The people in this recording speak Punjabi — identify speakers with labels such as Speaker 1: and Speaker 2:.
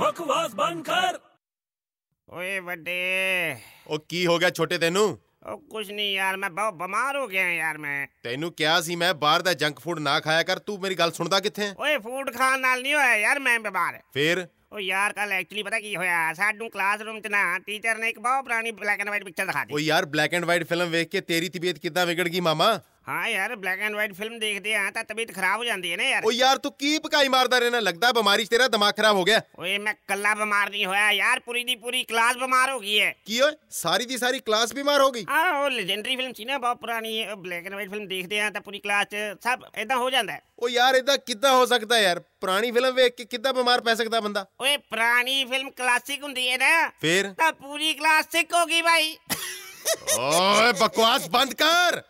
Speaker 1: ਬਕਵਾਸ ਬੰਦ ਕਰ
Speaker 2: ਓਏ ਵੱਡੇ
Speaker 3: ਉਹ ਕੀ ਹੋ ਗਿਆ ਛੋਟੇ ਤੈਨੂੰ
Speaker 2: ਉਹ ਕੁਛ ਨਹੀਂ ਯਾਰ ਮੈਂ ਬਹੁਤ ਬਿਮਾਰ ਹੋ ਗਿਆ ਯਾਰ ਮੈਂ
Speaker 3: ਤੈਨੂੰ ਕਿਹਾ ਸੀ ਮੈਂ ਬਾਹਰ ਦਾ ਜੰਕ ਫੂਡ ਨਾ ਖਾਇਆ ਕਰ ਤੂੰ ਮੇਰੀ ਗੱਲ ਸੁਣਦਾ ਕਿੱਥੇ ਹੈ
Speaker 2: ਓਏ ਫੂਡ ਖਾਣ ਨਾਲ ਨਹੀਂ ਹੋਇਆ ਯਾਰ ਮੈਂ ਬਿਮਾਰ
Speaker 3: ਫੇਰ
Speaker 2: ਓ ਯਾਰ ਕੱਲ ਐਕਚੁਅਲੀ ਪਤਾ ਕੀ ਹੋਇਆ ਸਾਨੂੰ ਕਲਾਸਰੂਮ 'ਚ ਨਾ ਟੀਚਰ ਨੇ ਇੱਕ ਬਹੁਤ ਪੁਰਾਣੀ ਬਲੈਕ ਐਂਡ ਵਾਈਟ ਪਿਕਚਰ ਦਿਖਾ
Speaker 3: ਉਹ
Speaker 2: ਦਿੱਤੀ
Speaker 3: ਯਾਰ ਬਲੈਕ ਐਂਡ ਵਾਈਟ ਫਿਲਮ ਵੇਖ ਕੇ ਤੇਰੀ ਤਬੀਅਤ ਕਿੱਦਾਂ ਵਿਗੜ ਗਈ ਮਾਮਾ
Speaker 2: ਹਾਂ ਯਾਰ ਬਲੈਕ ਐਂਡ ਵਾਈਟ ਫਿਲਮ ਦੇਖਦੇ ਆ ਤਾਂ ਤਬੀਅਤ ਖਰਾਬ ਹੋ ਜਾਂਦੀ ਹੈ ਨਾ ਯਾਰ
Speaker 3: ਉਹ ਯਾਰ ਤੂੰ ਕੀ ਪਕਾਈ ਮਾਰਦਾ ਰਹਿਣਾ ਲੱਗਦਾ ਬਿਮਾਰੀ 'ਚ ਤੇਰਾ ਦਿਮਾਗ ਖਰਾਬ ਹੋ ਗਿਆ
Speaker 2: ਓਏ ਮੈਂ ਕੱਲਾ ਬਿਮਾਰ ਨਹੀਂ ਹੋਇਆ ਯਾਰ ਪੂਰੀ ਦੀ ਪੂਰੀ ਕਲਾਸ ਬਿਮਾਰ ਹੋ ਗਈ ਹੈ
Speaker 3: ਕੀ ਓਏ ਸਾਰੀ ਦੀ ਸਾਰੀ ਕਲਾਸ ਬਿਮਾਰ ਹੋ ਗਈ
Speaker 2: ਆਹ ਉਹ ਲੈਜੈਂਡਰੀ ਫਿਲਮ ਸੀ ਨਾ ਬਹੁਤ ਪੁਰਾਣੀ ਬਲੈਕ ਐਂਡ ਵਾਈਟ ਫਿਲਮ ਦੇਖਦੇ ਆ ਤਾਂ ਪੂਰੀ ਕਲਾਸ 'ਚ ਸਭ ਇਦਾਂ ਹੋ ਜਾਂਦਾ ਹੈ।
Speaker 3: ਉਹ ਯਾਰ ਇਦਾਂ ਕਿੱਦਾਂ ਹੋ ਸਕਦਾ ਯਾਰ ਪੁਰਾਣੀ ਫਿਲਮ ਵੇਖ ਕੇ ਕਿੱਦਾਂ ਬਿਮਾਰ ਪੈ ਸਕਦਾ ਬੰਦਾ
Speaker 2: ਓਏ ਪੁਰਾਣੀ ਫਿਲਮ ਕਲਾਸਿਕ ਹੁੰਦੀ ਹੈ ਨਾ
Speaker 3: ਫੇਰ
Speaker 2: ਤਾਂ ਪੂਰੀ ਕਲਾਸ ਸਿੱਖ ਹੋ ਗਈ ਭਾਈ
Speaker 3: ਓਏ ਬਕਵਾਸ ਬੰਦ ਕਰ